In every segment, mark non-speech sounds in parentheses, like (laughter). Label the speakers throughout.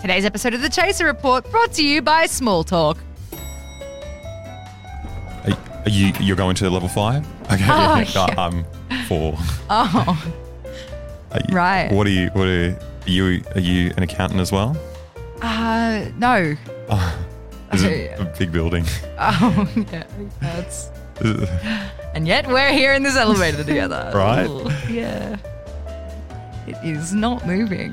Speaker 1: Today's episode of The Chaser Report brought to you by Small Talk.
Speaker 2: Are, are you you're going to level five? Okay,
Speaker 1: Oh,
Speaker 2: I-
Speaker 1: yeah.
Speaker 2: I'm four.
Speaker 3: (laughs)
Speaker 1: Oh,
Speaker 2: Are you-
Speaker 1: Right.
Speaker 2: What are you? What are you? Are you an accountant as well?
Speaker 1: Oh, uh, no.
Speaker 2: Is
Speaker 1: Oh,
Speaker 2: it
Speaker 1: yeah.
Speaker 2: a big building? (laughs)
Speaker 1: Oh, (laughs) yeah. That's. And yet we're here in this elevator
Speaker 3: (laughs)
Speaker 1: together.
Speaker 2: Right.
Speaker 1: Ooh, yeah. It is not moving.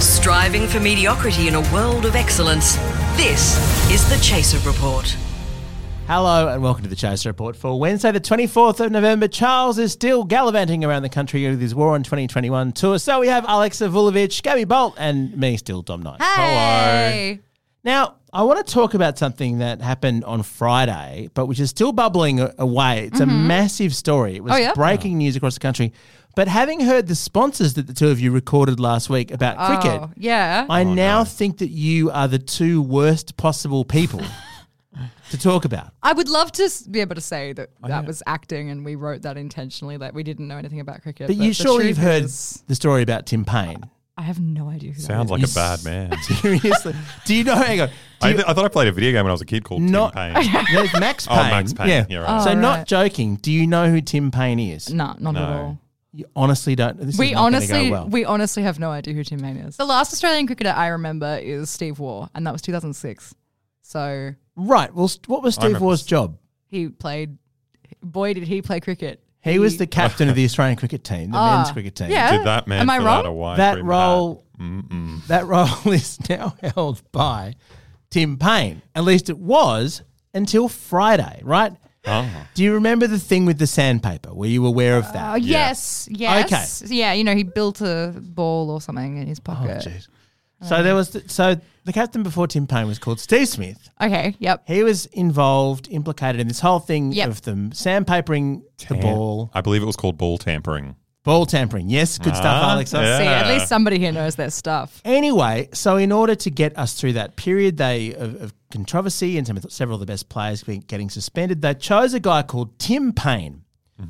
Speaker 4: Striving for mediocrity in a world of excellence. This is the Chaser Report.
Speaker 3: Hello and welcome to the Chaser Report for Wednesday, the 24th of November. Charles is still gallivanting around the country with his War on 2021 tour. So we have Alexa Vulovic, Gabby Bolt, and me still, Dom Knight.
Speaker 1: Hey.
Speaker 3: Now, I want to talk about something that happened on Friday, but which is still bubbling a- away. It's a massive story. It was
Speaker 1: Mm-hmm. Oh, yeah?
Speaker 3: breaking news across the country. But having heard the sponsors that the two of you recorded last week about cricket,
Speaker 1: Oh, yeah.
Speaker 3: I now think that you are the two worst
Speaker 1: (laughs)
Speaker 3: possible people to talk about.
Speaker 1: I would love to s- be able to say that
Speaker 3: Oh,
Speaker 1: that was acting and we wrote that intentionally, that we didn't know anything about cricket.
Speaker 3: But you
Speaker 1: the
Speaker 3: surely you've
Speaker 1: truth
Speaker 3: heard
Speaker 1: is-
Speaker 3: the story about Tim Payne.
Speaker 1: I have no idea who
Speaker 2: Sounds
Speaker 1: that
Speaker 2: like a
Speaker 3: Yes.
Speaker 1: (laughs)
Speaker 2: bad man.
Speaker 3: (laughs) Seriously, do you know? Hang on,
Speaker 2: I, th- I thought I played a video game when I was a kid called
Speaker 3: not
Speaker 2: Tim Payne.
Speaker 1: (laughs)
Speaker 3: there's Max
Speaker 2: (laughs) Oh,
Speaker 3: Payne.
Speaker 2: Max Payne. You're right.
Speaker 3: so
Speaker 1: Oh,
Speaker 3: not
Speaker 1: right.
Speaker 3: joking. Do you know who Tim Payne is?
Speaker 1: is. No, not at all.
Speaker 3: You honestly don't. This is
Speaker 1: We
Speaker 3: not gonna
Speaker 1: honestly,
Speaker 3: go well.
Speaker 1: we honestly have no idea who Tim Payne is. The last Australian cricketer I remember is Steve Waugh, and that was 2006. So
Speaker 3: right. Well, st- what was
Speaker 2: I
Speaker 3: Steve
Speaker 2: remember
Speaker 3: Waugh's
Speaker 2: this.
Speaker 3: job?
Speaker 1: he played. Boy, did he play cricket! (laughs)
Speaker 3: He was the captain of the Australian cricket team, the men's cricket team.
Speaker 1: Ah. Yeah.
Speaker 2: Did that man
Speaker 1: Am I
Speaker 2: fill
Speaker 1: wrong?
Speaker 2: out a wide
Speaker 3: That
Speaker 2: brim
Speaker 3: role,
Speaker 2: hat? Mm-mm.
Speaker 3: that role (laughs) is now held by Tim Payne. At least it was until Friday, right?
Speaker 2: Oh.
Speaker 3: Do you remember the thing with the sandpaper? Were you aware of that?
Speaker 1: Oh yes, yes, yeah. You know, he built a ball or something in his
Speaker 3: Oh,
Speaker 1: pocket.
Speaker 3: jeez. So there was th- so the captain before Tim Payne was called Steve Smith.
Speaker 1: okay, yep.
Speaker 3: He was involved, implicated in this whole thing
Speaker 1: Yep.
Speaker 3: of them sandpapering the ball,
Speaker 2: I believe it was called ball tampering.
Speaker 3: ball tampering. Yes, good stuff,
Speaker 2: Ah,
Speaker 3: Alex.
Speaker 2: yeah.
Speaker 1: See, at least somebody here knows their stuff.
Speaker 3: Anyway, so in order to get us through that period they of, of controversy and some, several of the best players being- getting suspended, they chose a guy called Tim Payne.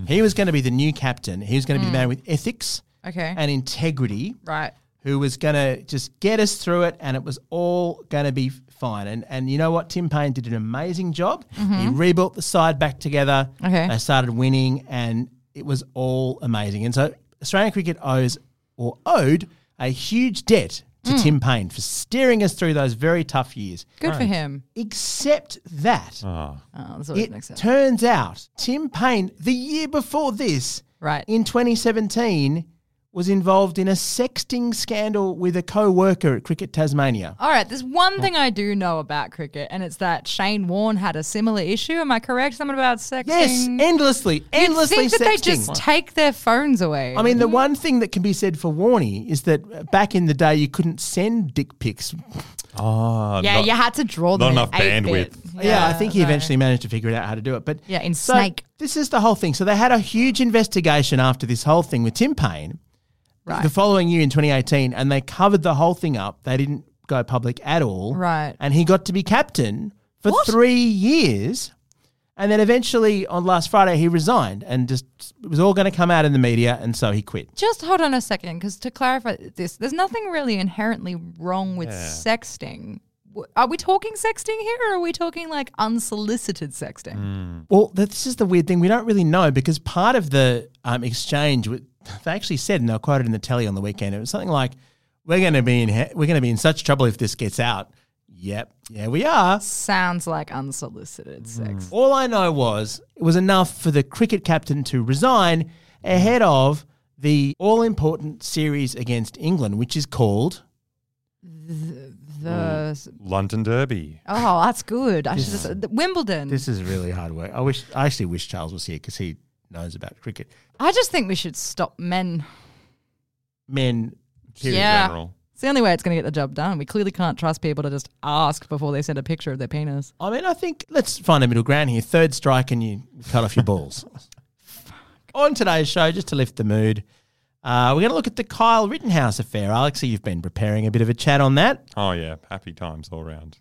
Speaker 3: He was going to be the new captain. He was going to be the man with ethics
Speaker 1: Okay,
Speaker 3: and integrity.
Speaker 1: right.
Speaker 3: who was going to just get us through it and it was all going to be fine. And and you know what? Tim Payne did an amazing job. He rebuilt the side back together.
Speaker 1: Mm-hmm. Okay.
Speaker 3: They started winning and it was all amazing. And so Australian cricket owes or owed a huge debt to Tim Payne for steering us through those very tough years.
Speaker 1: Mm. Good for him.
Speaker 3: Except that
Speaker 1: Oh, that's always
Speaker 3: it
Speaker 1: an exception.
Speaker 3: turns out Tim Payne, the year before this,
Speaker 1: Right.
Speaker 3: in 2017 was involved in a sexting scandal with a co-worker at Cricket Tasmania.
Speaker 1: All right, there's
Speaker 3: Oh.
Speaker 1: one thing I do know about cricket, and it's that Shane Warne had a similar issue. Am I correct? Something about sexting.
Speaker 3: Yes, endlessly, endlessly
Speaker 1: You'd think that
Speaker 3: sexting.
Speaker 1: they just Mm-hmm. take their phones away.
Speaker 3: I mean, the one thing that can be said for Warnie is that uh, back in the day, you couldn't send dick pics.
Speaker 2: Oh,
Speaker 1: yeah,
Speaker 2: not-
Speaker 1: you had to draw them.
Speaker 2: not
Speaker 1: in
Speaker 2: enough
Speaker 1: 8-bit.
Speaker 2: bandwidth.
Speaker 3: Yeah, I think he eventually managed to figure out how to do it. But
Speaker 1: Yeah, in
Speaker 3: so
Speaker 1: Snake.
Speaker 3: This is the whole thing. So they had a huge investigation after this whole thing with Tim Payne
Speaker 1: Right.
Speaker 3: the following year in 2018, and they covered the whole thing up. They didn't go public at all.
Speaker 1: Right.
Speaker 3: And he got to be captain for three years. And then eventually on last Friday, he resigned and just it was all going to come out in the media. And so he quit.
Speaker 1: Just hold on a second, because to clarify this, there's nothing really inherently wrong with sexting. W- Are we talking sexting here, or are we talking like unsolicited sexting?
Speaker 2: Mm.
Speaker 3: Well, th- this is the weird thing. We don't really know because part of the um, exchange, w- they actually said, and they were quoted in the telly on the weekend. It was something like, "We're going to be in he- we're going to be in such trouble if this gets out." Yep, yeah, we are.
Speaker 1: Sounds like unsolicited
Speaker 2: Mm.
Speaker 1: sex.
Speaker 3: All I know was it was enough for the cricket captain to resign ahead of the all important series against England, which is called
Speaker 2: Mm.
Speaker 1: the
Speaker 2: London Derby.
Speaker 1: oh, that's good. I should have said the- Wimbledon.
Speaker 3: Mm. This is really hard work. I wish I actually wish Charles was here because he knows about cricket.
Speaker 1: I just think we should stop men.
Speaker 3: Men, period.
Speaker 1: Yeah.
Speaker 2: General.
Speaker 1: It's the only way it's going to get the job done. We clearly can't trust people to just ask before they send a picture of their penis.
Speaker 3: I mean, I think let's find a middle ground here. Third strike and you cut off your balls. On today's show, just to lift the mood, uh, we're going to look at the Kyle Rittenhouse affair. Alexi, you've been preparing a bit of a chat on that.
Speaker 2: Oh yeah, happy times all round.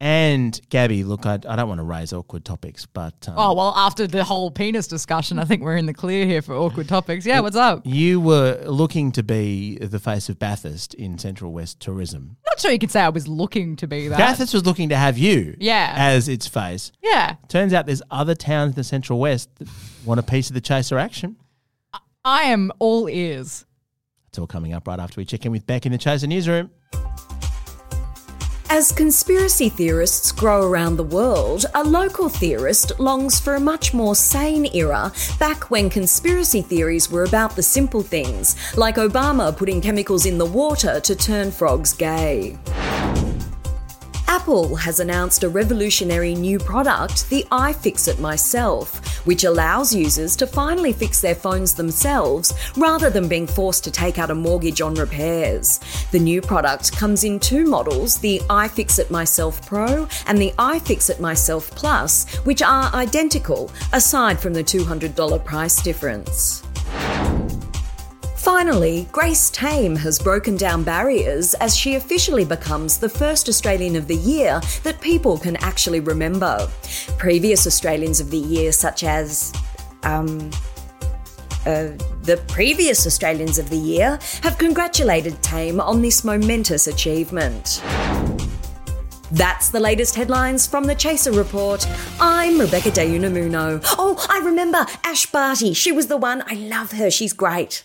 Speaker 3: And Gabby, look, I, I don't want to raise awkward topics, but um,
Speaker 1: Oh, well, after the whole penis discussion, I think we're in the clear here for awkward topics. Yeah, what's up?
Speaker 3: you were looking to be the face of Bathurst in Central West tourism.
Speaker 1: Not sure you could say I was looking to be that.
Speaker 3: Bathurst was looking to have you
Speaker 1: Yeah.
Speaker 3: as its face.
Speaker 1: yeah.
Speaker 3: Turns out there's other towns in the Central West that want a piece of the chaser action.
Speaker 1: I am all ears.
Speaker 3: It's all coming up right after we check in with Beck in the Chaser Newsroom.
Speaker 5: As conspiracy theorists grow around the world, a local theorist longs for a much more sane era back when conspiracy theories were about the simple things, like Obama putting chemicals in the water to turn frogs gay. Apple has announced a revolutionary new product, the iFixit Myself, which allows users to finally fix their phones themselves rather than being forced to take out a mortgage on repairs. The new product comes in two models, the iFixit Myself Pro and the iFixit Myself Plus, which are identical aside from the $200 price difference. Finally, Grace Tame has broken down barriers as she officially becomes the first Australian of the Year that people can actually remember. Previous Australians of the Year, such as. Um, uh, the previous Australians of the Year have congratulated Tame on this momentous achievement. That's the latest headlines from the Chaser Report. I'm Rebecca De Unamuno. Oh, I remember Ash Barty. She was the one. I love her. She's great.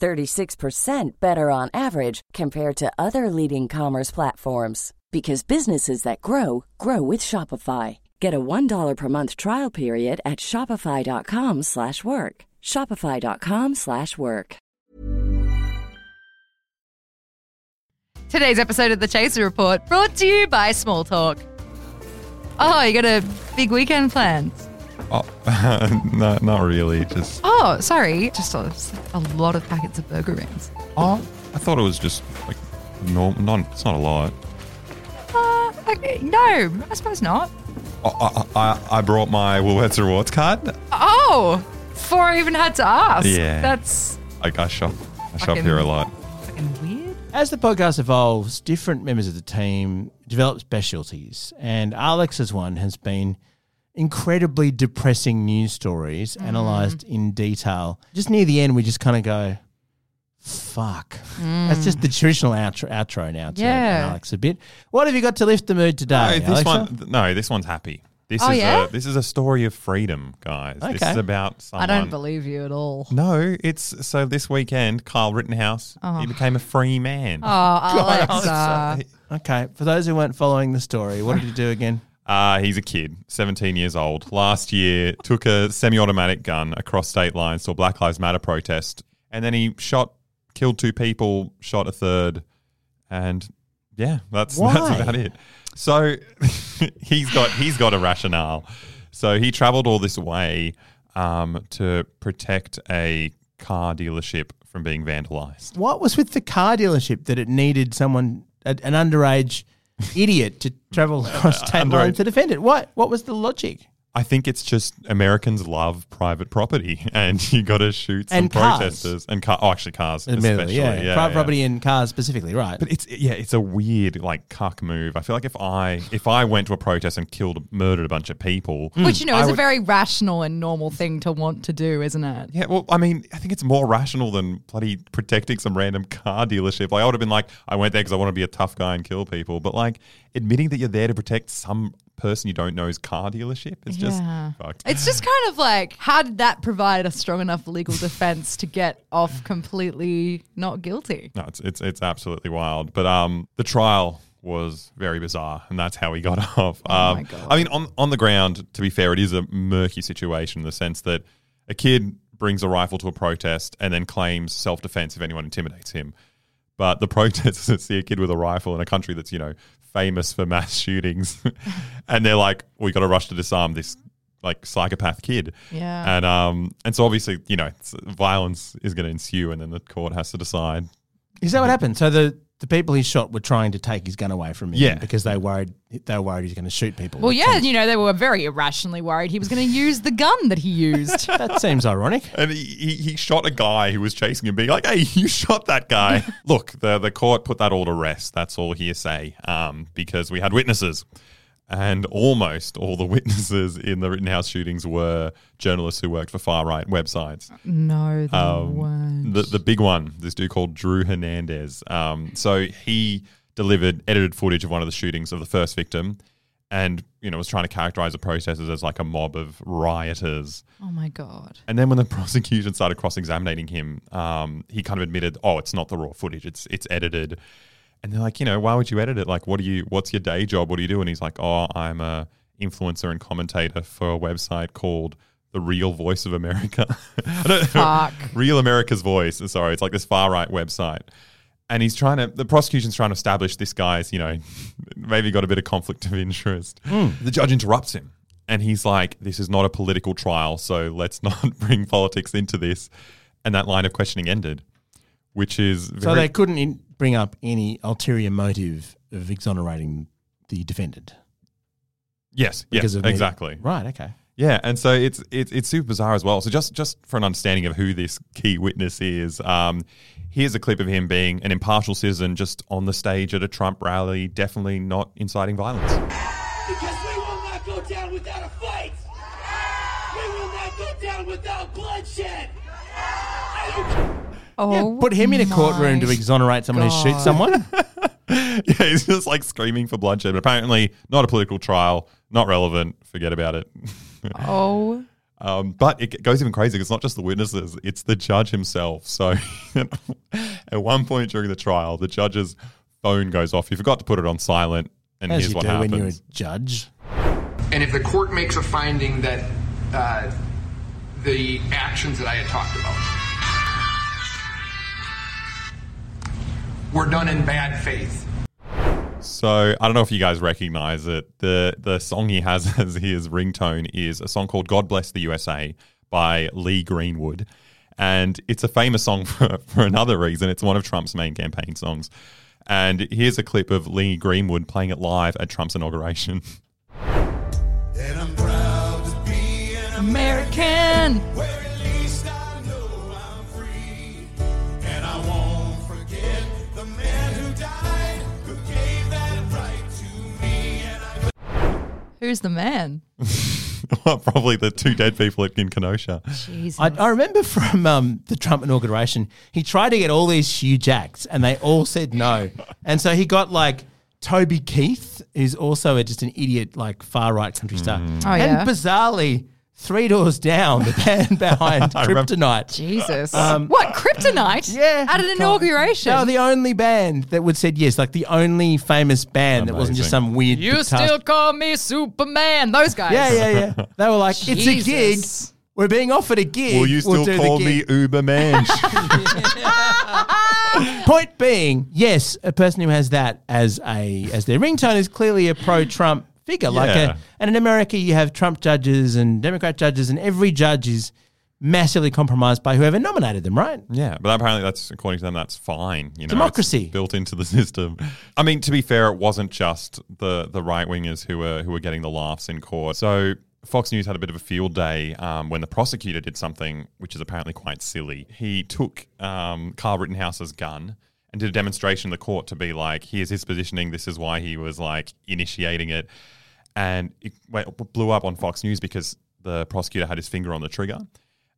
Speaker 6: 36% better on average compared to other leading commerce platforms because businesses that grow grow with Shopify. Get a $1 per month trial period at shopify.com/work. slash work. shopify.com/work. slash work.
Speaker 1: Today's episode of The Chaser Report brought to you by Small Talk. Oh, you got a big weekend plans?
Speaker 2: Oh, (laughs) no, not really. Just
Speaker 1: Oh, sorry. Just a, a lot of packets of burger rings.
Speaker 2: oh, I thought it was just like norm. Non, it's not a lot.
Speaker 1: Uh, okay, no, I suppose not.
Speaker 2: I, I, I- I brought my Woolworths rewards card.
Speaker 1: Oh, before I even had to ask.
Speaker 2: Yeah.
Speaker 1: That's
Speaker 2: I, I shop. I shop
Speaker 1: Fucking-
Speaker 2: here a lot.
Speaker 1: fucking weird.
Speaker 3: As the podcast evolves, different members of the team develop specialties, and Alex's one has been incredibly depressing news stories analysed in detail. Just near the end, we just kind of go, fuck. That's just the traditional outro, outro now to
Speaker 1: Yeah.
Speaker 3: Alex a bit. What have you got to lift the mood
Speaker 2: no,
Speaker 3: today,
Speaker 2: this
Speaker 3: Alexa?
Speaker 2: one. th- No, this one's happy. This
Speaker 1: Oh,
Speaker 2: is
Speaker 1: yeah?
Speaker 2: a, this is a story of freedom, guys. This
Speaker 3: Okay.
Speaker 2: is about someone.
Speaker 1: I don't believe you at
Speaker 2: (laughs)
Speaker 1: all.
Speaker 2: No, it's so this weekend, Kyle Rittenhouse, he became a free man.
Speaker 1: Oh, Alexa.
Speaker 3: Okay, for those who weren't following the story, what did you do again?
Speaker 2: Uh, he's a kid, 17 years old. Last year, took a semi-automatic gun across state lines to a Black Lives Matter protest, and then he shot, killed two people, shot a third, and yeah, that's (laughs)
Speaker 3: Why?
Speaker 2: that's about it. So (laughs) he's got he's got a rationale. So he travelled all this way um, to protect a car dealership from being vandalised.
Speaker 3: What was with the car dealership that it needed someone, a, an underage idiot, to travel across
Speaker 2: (laughs)
Speaker 3: state
Speaker 2: Uh, underage.
Speaker 3: lines to defend it? What What was the logic?
Speaker 2: I think it's just Americans love private property, (laughs) and you got to shoot some
Speaker 3: And cars.
Speaker 2: protesters and car. Oh, actually, cars, especially.
Speaker 3: Admittedly, yeah.
Speaker 2: Yeah,
Speaker 3: Private
Speaker 2: yeah.
Speaker 3: property and cars specifically, right?
Speaker 2: But it's yeah, it's a weird like cuck move. I feel like if I if I went to a protest and killed, murdered a bunch of people,
Speaker 3: Hmm. Mm.
Speaker 1: Which, you know,
Speaker 2: I
Speaker 1: is a
Speaker 2: would-
Speaker 1: very rational and normal thing to want to do, isn't it?
Speaker 2: Yeah, well, I mean, I think it's more rational than bloody protecting some random car dealership. Like, I would have been like, I went there because I want to be a tough guy and kill people. But like, admitting that you're there to protect some person you don't know's car dealership is
Speaker 1: Yeah.
Speaker 2: just fucked.
Speaker 1: It's just kind of like, how did that provide a strong enough legal defense to get off completely not guilty?
Speaker 2: no, it's it's it's absolutely wild. But um, the trial was very bizarre, and that's how he got (laughs) off. Um,
Speaker 1: Oh my God.
Speaker 2: I mean, on on the ground, to be fair, it is a murky situation in the sense that a kid brings a rifle to a protest and then claims self defense if anyone intimidates him. But the (laughs) protesters see a kid with a rifle in a country that's you know famous for mass
Speaker 1: (laughs)
Speaker 2: (laughs) shootings, and they're like, "We got to rush to disarm this." Like psychopath kid,
Speaker 1: Yeah.
Speaker 2: and um, and so obviously you know it's, violence is going to ensue, and then the court has to decide
Speaker 3: Is that what happened? So the, the people he shot were trying to take his gun away from him
Speaker 2: Yeah.
Speaker 3: because they worried they were worried he's going to shoot people.
Speaker 1: Well,
Speaker 3: That
Speaker 1: yeah,
Speaker 3: seems-
Speaker 1: you know, they were very irrationally worried he was going to use the gun that he
Speaker 3: (laughs)
Speaker 1: used.
Speaker 3: (laughs) that seems ironic.
Speaker 2: And he, he, he shot a guy who was chasing him, being like, "Hey, you shot that guy!" Look, the the court put that all to rest. That's all hearsay, um, because we had witnesses, and almost all the (laughs) witnesses in the Rittenhouse shootings were journalists who worked for far right websites.
Speaker 1: no, they
Speaker 3: Um,
Speaker 1: weren't.
Speaker 2: The the big one, this dude called Drew Hernandez. Um, so he delivered edited footage of one of the shootings of the first victim, and you know was trying to characterize the protesters as like a mob of rioters.
Speaker 1: Oh my God.
Speaker 2: And then when the (laughs) prosecution started cross-examining him, um, he kind of admitted, "Oh, it's not the raw footage; it's it's edited." And they're like, "You know, why would you edit it? Like, what do you? What's your day job? What do you do?" And he's like, "Oh, I'm a influencer and commentator for a website called The Real Voice of America." (laughs) I don't-
Speaker 1: Fuck.
Speaker 2: (laughs) Real America's Voice. Sorry, it's like this far right website. And he's trying to, the prosecution's trying to establish this guy's, you know, (laughs) maybe got a bit of conflict of interest.
Speaker 3: Hmm.
Speaker 2: The judge interrupts him and he's like, this is not a political trial, so let's (laughs) not bring politics into this. And that line of questioning ended, which is very.
Speaker 3: So they couldn't in- bring up any ulterior motive of exonerating the defendant
Speaker 2: yes, yes,
Speaker 3: the-
Speaker 2: exactly.
Speaker 3: Right. Okay.
Speaker 2: Yeah, and so it's it's it's super bizarre as well. So just just for an understanding of who this key witness is, um, here's a clip of him being an impartial citizen, just on the stage at a Trump rally, definitely not inciting violence.
Speaker 7: Because we will not go down without a fight. We will not go down without bloodshed. I don't care.
Speaker 1: Oh,
Speaker 3: Put him in a courtroom
Speaker 1: my
Speaker 3: to exonerate someone who
Speaker 1: (laughs)
Speaker 3: shoots someone.
Speaker 2: (laughs) yeah, he's just like screaming for bloodshed. But apparently, not a political trial, not relevant. Forget about it.
Speaker 3: Ah.
Speaker 1: Oh,
Speaker 2: (laughs) Um, but it goes even crazier. 'cause It's not just the witnesses; it's the judge himself. So, (laughs) at one point during the trial, the judge's phone goes off. He forgot to put it on silent, and
Speaker 3: As
Speaker 2: here's
Speaker 3: you
Speaker 2: what
Speaker 3: do
Speaker 2: happens.
Speaker 3: when you're a judge.
Speaker 8: And if the court makes a finding that uh, the actions that I had talked about were done in bad faith,
Speaker 2: So I don't know if you guys recognize it. The the song he has (laughs) as his ringtone is a song called God Bless the USA by Lee Greenwood. And it's a famous song (laughs) for, for another reason. It's one of Trump's main campaign songs. And here's a clip of Lee Greenwood playing it live at Trump's inauguration. (laughs)
Speaker 7: And I'm proud to be an
Speaker 1: American.
Speaker 7: where at least I know I'm free. And I won't forget the man who died, who gave that right to me. And I
Speaker 1: Who's the man?
Speaker 2: Probably the two dead people in Kenosha.
Speaker 1: Jesus.
Speaker 3: I, I remember from um, the Trump inauguration, he tried to get all these huge acts, and they all
Speaker 2: (laughs)
Speaker 3: said no. And so he got like Toby Keith, who's also a, just an idiot, like far right country star.
Speaker 2: Mm.
Speaker 1: Oh,
Speaker 3: and
Speaker 1: yeah.
Speaker 3: bizarrely, three doors down, the
Speaker 2: (laughs)
Speaker 3: band behind
Speaker 2: remember.
Speaker 3: Kryptonite.
Speaker 1: Jesus. what, kryptonite?
Speaker 3: Um, Yeah.
Speaker 1: At an inauguration.
Speaker 3: They were the only band that would said yes, like the only famous band that wasn't just
Speaker 2: Amazing.
Speaker 3: some weird.
Speaker 1: you
Speaker 3: guitar-
Speaker 1: still call me Superman. Those guys.
Speaker 3: Yeah, yeah,
Speaker 2: (laughs)
Speaker 3: yeah. They were like, it's a gig.
Speaker 1: Jesus.
Speaker 3: We're being offered a gig.
Speaker 2: Will you
Speaker 3: We'll
Speaker 2: still
Speaker 3: do the
Speaker 2: call
Speaker 3: gig."
Speaker 2: me Uber Man?
Speaker 3: (laughs) Point being, yes, a person who has that as a as their ringtone is clearly a pro-Trump figure. Like,
Speaker 2: Yeah.
Speaker 3: a, and in America, you have Trump judges and Democrat judges, and every judge is massively compromised by whoever nominated them, right?
Speaker 2: Yeah, but apparently that's according to them that's fine. You know, it's
Speaker 3: Democracy.
Speaker 2: built into the (laughs) system. I mean, to be fair, it wasn't just the the right wingers who were who were getting the laughs in court. So Fox News had a bit of a field day um, when the prosecutor did something which is apparently quite silly. He took um, Carl Rittenhouse's gun and did a demonstration in the court to be like, here's his positioning, this is why he was like initiating it. And it went- blew up on Fox News because the prosecutor had his finger on the trigger.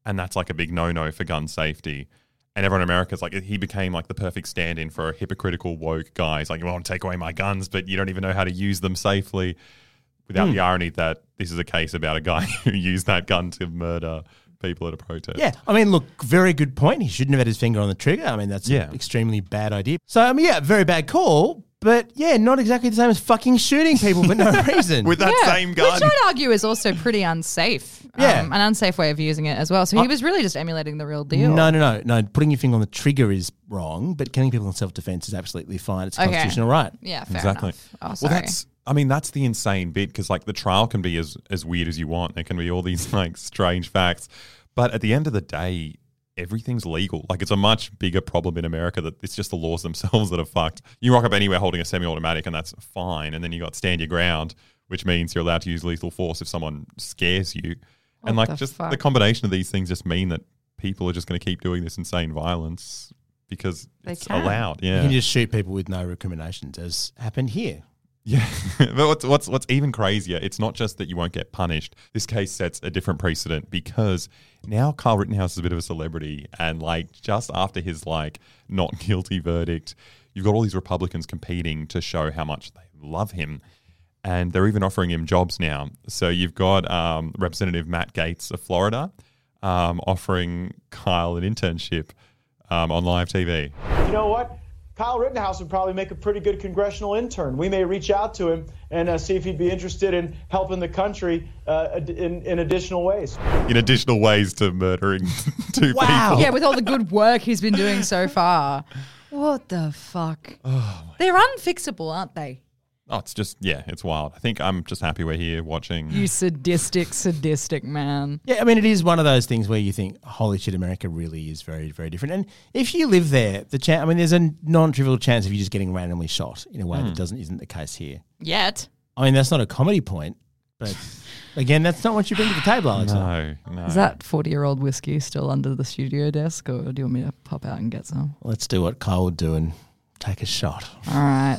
Speaker 2: And that's like a big no no for gun safety. And everyone in America is like, he became like the perfect stand in for a hypocritical woke guy. He's like, you want to take away my guns, but you don't even know how to use them safely without the irony that this is a case about a guy (laughs) who used that gun to murder people at a protest.
Speaker 3: Yeah, I mean, look, very good point. He shouldn't have had his finger on the trigger. I mean, that's
Speaker 2: Yeah.
Speaker 3: an extremely bad idea. So, I mean, yeah, very bad call, but yeah, not exactly the same as fucking shooting people
Speaker 2: (laughs)
Speaker 3: for no reason.
Speaker 2: With that
Speaker 1: Yeah,
Speaker 2: same gun.
Speaker 1: Which I'd argue is also pretty unsafe.
Speaker 3: (laughs) Yeah.
Speaker 1: Um, an unsafe way of using it as well. So he was really just emulating the real deal.
Speaker 3: no, no, no, no. Putting your finger on the trigger is wrong, but killing people in self defense is absolutely fine. It's a
Speaker 1: Okay.
Speaker 3: constitutional right.
Speaker 1: Yeah, fair
Speaker 2: exactly.
Speaker 1: enough. Oh, sorry.
Speaker 2: Well,
Speaker 3: (laughs)
Speaker 2: that's. I mean, that's the insane bit because like the trial can be as as weird as you want. There can be all these (laughs) like strange facts, but at the end of the day. Everything's legal. Like it's a much bigger problem in America that it's just the laws (laughs) themselves that are fucked. You rock up anywhere holding a semi-automatic, and that's fine. And then you got stand your ground, which means you're allowed to use lethal force if someone scares you.
Speaker 1: What
Speaker 2: and like
Speaker 1: the
Speaker 2: just the
Speaker 1: fuck?
Speaker 2: combination of these things just mean that people are just going to keep doing this insane violence because
Speaker 1: They
Speaker 2: it's
Speaker 1: can.
Speaker 2: allowed.
Speaker 3: You
Speaker 2: Yeah,
Speaker 3: can just shoot people with no recriminations, as happened here.
Speaker 2: yeah, (laughs) but what's what's what's even crazier? It's not just that you won't get punished. This case sets a different precedent because now Carl Rittenhouse is a bit of a celebrity, and like just after his like not (laughs) guilty verdict, you've got all these Republicans competing to show how much they love him, and they're even offering him jobs now. So you've got um, Representative Matt Gates of Florida um, offering Kyle an internship um, on live TV.
Speaker 9: You know what? Kyle Rittenhouse would probably make a pretty good congressional intern. We may reach out to him and uh, see if he'd be interested in helping the country uh, ad- in, in additional ways.
Speaker 2: In additional ways to murdering (laughs) two
Speaker 3: Wow.
Speaker 2: people.
Speaker 1: yeah, with all the good work he's been doing so far. What the fuck? They're unfixable, aren't they?
Speaker 2: Oh, it's just yeah, it's wild. I think I'm just happy we're here watching.
Speaker 1: You sadistic, sadistic man.
Speaker 3: Yeah, I mean, it is one of those things where you think, holy shit, America really is very, very different. And if you live there, the chance, I mean, there's a non trivial chance of you just getting randomly shot in a way that doesn't, isn't the case here.
Speaker 1: Yet.
Speaker 3: I mean, that's not a comedy point, but again, that's not what you bring to the table, Alexa.
Speaker 2: no, no.
Speaker 1: Is that 40 year old whiskey still under the studio desk, or do you want me to pop out and get some?
Speaker 3: Let's do what Kyle would do and take a shot.
Speaker 1: All right.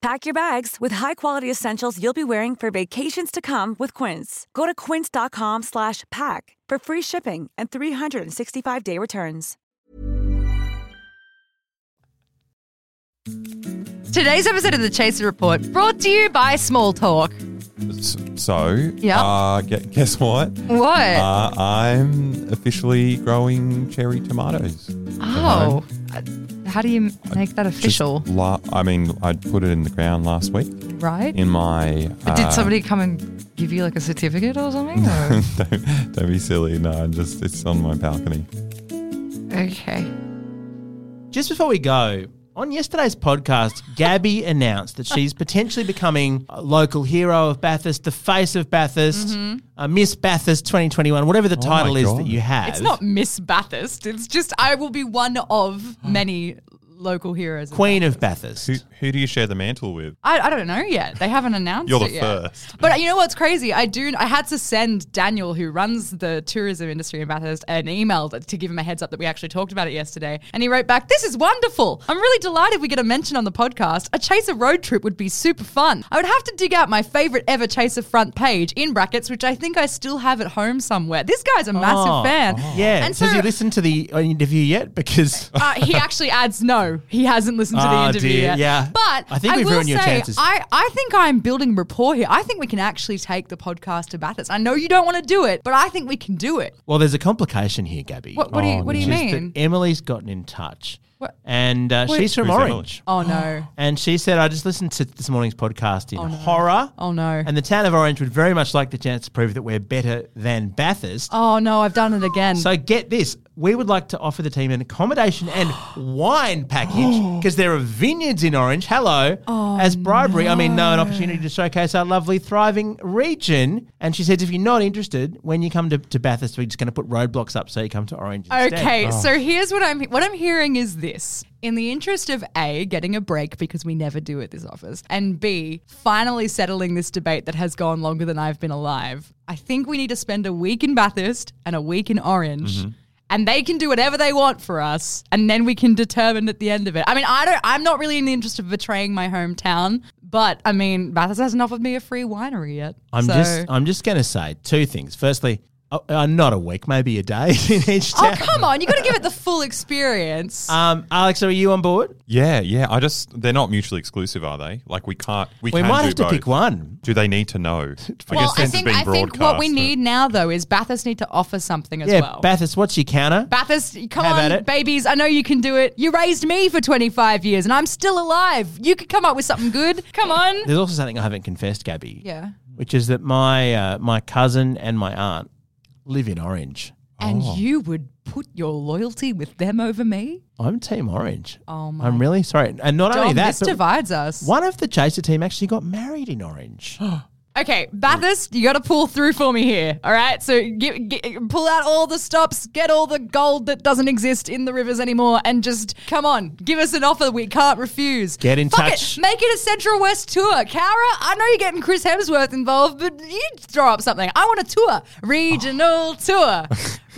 Speaker 10: Pack your bags with high-quality essentials you'll be wearing for vacations to come with Quince. Go to quince.com slash pack for free shipping and 365-day returns.
Speaker 1: Today's episode of The Chaser Report brought to you by Small Talk.
Speaker 2: S- So,
Speaker 1: Yeah.
Speaker 2: uh, gu- guess what?
Speaker 1: What?
Speaker 2: Uh, I'm officially growing cherry tomatoes.
Speaker 1: oh. Uh, How do you make that official,
Speaker 2: Just La- I mean, I put it in the ground last week
Speaker 1: right?
Speaker 2: in my.
Speaker 1: But did
Speaker 2: uh,
Speaker 1: somebody come and give you like a certificate or something? Or?
Speaker 2: (laughs) don't, don't be silly. No, I'm just it's on my balcony.
Speaker 1: okay.
Speaker 3: Just before we go, on yesterday's podcast, Gabby announced that she's potentially becoming a local hero of Bathurst, the face of Bathurst,
Speaker 1: Mm-hmm.
Speaker 3: uh, Miss Bathurst 2021, whatever the
Speaker 2: Oh my
Speaker 3: title is
Speaker 2: God.
Speaker 3: that you have.
Speaker 1: It's not Miss Bathurst. It's just I will be one of many local heroes.
Speaker 3: (laughs) Queen of Bathurst.
Speaker 2: Who, who do you share the mantle with?
Speaker 1: I, I don't know yet. They haven't announced
Speaker 2: You're the
Speaker 1: it yet.
Speaker 2: first.
Speaker 1: But you know what's crazy? I do. I had to send Daniel, who runs the tourism industry in Bathurst, an email that, to give him a heads up that we actually talked about it yesterday. And he wrote back, "This is wonderful. I'm really delighted we get a mention on the podcast. A Chaser road trip would be super fun. I would have to dig out my favorite ever Chaser front page in brackets, which I think I still have at home somewhere. This guy's a massive
Speaker 3: Oh,
Speaker 1: fan.
Speaker 3: Yeah.
Speaker 1: And
Speaker 3: Has
Speaker 1: so-
Speaker 3: he listened to the interview yet?
Speaker 1: (laughs)
Speaker 3: Because (laughs)
Speaker 1: uh, he actually adds no. He hasn't listened to the
Speaker 3: Ah,
Speaker 1: interview
Speaker 3: dear,
Speaker 1: yet.
Speaker 3: yeah.
Speaker 1: But
Speaker 3: I think we've
Speaker 1: will
Speaker 3: ruined
Speaker 1: say,
Speaker 3: your chances.
Speaker 1: I, I think I'm building rapport here. I think we can actually take the podcast to Bathurst. I know you don't want to do it, but I think we can do it.
Speaker 3: Well, there's a complication here, Gabby.
Speaker 1: What- what do
Speaker 2: Oh,
Speaker 1: you- what do you
Speaker 3: which is
Speaker 1: mean?
Speaker 3: that Emily's gotten in touch,
Speaker 1: What?
Speaker 3: and uh,
Speaker 1: Wait.
Speaker 3: she's from
Speaker 2: Who's Emily?
Speaker 3: Orange.
Speaker 1: Oh no.
Speaker 3: (gasps) And she said, "I just listened to this morning's podcast in horror,
Speaker 1: Oh no.
Speaker 3: and the town of Orange would very much like the chance to prove that we're better than Bathurst."
Speaker 1: Oh no, I've done it again.
Speaker 3: So get this: we would like to offer the team an
Speaker 1: (gasps)
Speaker 3: accommodation and wine package because there are vineyards in Orange. Hello,
Speaker 1: Oh,
Speaker 3: as bribery. I mean, no, an opportunity to showcase our lovely, thriving region. And she says, if you're not interested, when you come to, to Bathurst, we're just going to put roadblocks up so you come to Orange. Instead.
Speaker 1: Okay, so here's what I'm what I'm hearing is this. In the interest of A, getting a break because we never do at this office, and B, finally settling this debate that has gone longer than I've been alive, I think we need to spend a week in Bathurst and a week in Orange.
Speaker 3: Mm-hmm.
Speaker 1: And they can do whatever they want for us, and then we can determine at the end of it. I mean, I don't. I'm not really in the interest of betraying my hometown, but I mean, Bathurst hasn't offered me a free winery yet.
Speaker 3: I'm
Speaker 1: so-
Speaker 3: just I'm just going to say two things. Firstly, uh, uh, not a week, maybe a day (laughs) in each
Speaker 1: Oh
Speaker 3: town.
Speaker 1: come on! You got to give it the full experience.
Speaker 3: Um, Alex, are you on board?
Speaker 2: Yeah, yeah. I just they're not mutually exclusive, are they? Like we can't. We,
Speaker 3: We
Speaker 2: can
Speaker 3: might
Speaker 2: do
Speaker 3: have to
Speaker 2: both.
Speaker 3: pick one.
Speaker 2: Do they need to know? I
Speaker 1: Well, I
Speaker 2: since it's
Speaker 1: think,
Speaker 2: been
Speaker 1: I think what we
Speaker 2: broadcast,
Speaker 1: need now, though, is Bathurst need to offer something as
Speaker 3: yeah,
Speaker 1: well.
Speaker 3: Bathurst, what's your counter?
Speaker 1: Bathurst, come
Speaker 3: Have at
Speaker 1: on,
Speaker 3: it.
Speaker 1: babies. I know you can do it. You raised me for 25 years and I'm still alive. You could come up with something
Speaker 3: (laughs)
Speaker 1: good. Come on.
Speaker 3: There's also something I haven't confessed, Gabby.
Speaker 1: Yeah.
Speaker 3: which is that my uh, my cousin and my aunt live in Orange.
Speaker 1: And
Speaker 3: Oh.
Speaker 1: you would put your loyalty with them over me?
Speaker 3: I'm Team Orange.
Speaker 1: Oh my.
Speaker 3: I'm really sorry, and not only
Speaker 1: Dom,
Speaker 3: that,
Speaker 1: this
Speaker 3: but
Speaker 1: divides us.
Speaker 3: one of the Chaser team actually got married in Orange.
Speaker 1: Okay, Bathurst, you got to pull through for me here. All right, so gi- gi- pull out all the stops, get all the gold that doesn't exist in the rivers anymore, and just come on, give us an offer we can't refuse.
Speaker 3: Get in
Speaker 1: Fuck it,
Speaker 3: touch.
Speaker 1: make it a Central West tour, Cara. I know you're getting Chris Hemsworth involved, but you throw up something. I want a tour,
Speaker 3: (sighs)
Speaker 1: regional tour,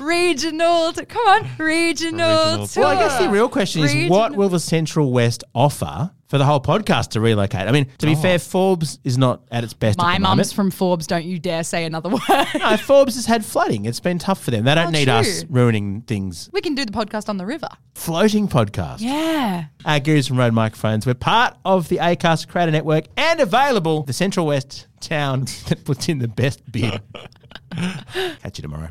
Speaker 1: regional. T- come on, regional,
Speaker 2: Regional
Speaker 1: tour.
Speaker 2: tour.
Speaker 3: well, I guess the real question is, what
Speaker 1: Regional-
Speaker 3: will the Central West offer for the whole podcast to relocate? I mean, to be fair, Forbes is not at its best. at
Speaker 1: My
Speaker 3: the
Speaker 1: mum's
Speaker 3: moment.
Speaker 1: from Forbes. Don't you dare say another (laughs) word.
Speaker 3: No, Forbes has had flooding. It's been tough for them. They don't
Speaker 1: Oh,
Speaker 3: need
Speaker 1: true.
Speaker 3: us ruining things.
Speaker 1: we can do the podcast on the river.
Speaker 3: Floating podcast.
Speaker 1: Yeah.
Speaker 3: Our Gurus from Road Microphones. We're part of the ACAST Creator Network
Speaker 1: (laughs)
Speaker 3: and (laughs) available the Central West town that puts in the best bid. Catch you tomorrow.